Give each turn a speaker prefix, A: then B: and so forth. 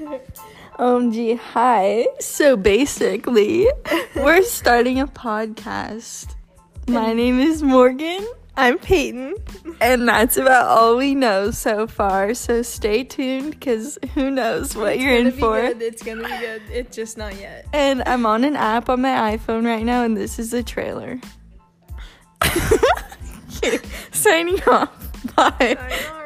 A: Um,
B: OMG, hi. So basically, we're starting a podcast. My name is Morgan,
A: I'm Peyton.
B: and that's about all we know so far. So stay tuned because who knows what
A: It's
B: you're in
A: gonna be
B: for.
A: good, It's gonna be good. It's just not yet.
B: And I'm on an app on my iPhone right now, and this is the trailer. Signing off. Bye.
A: Sign off.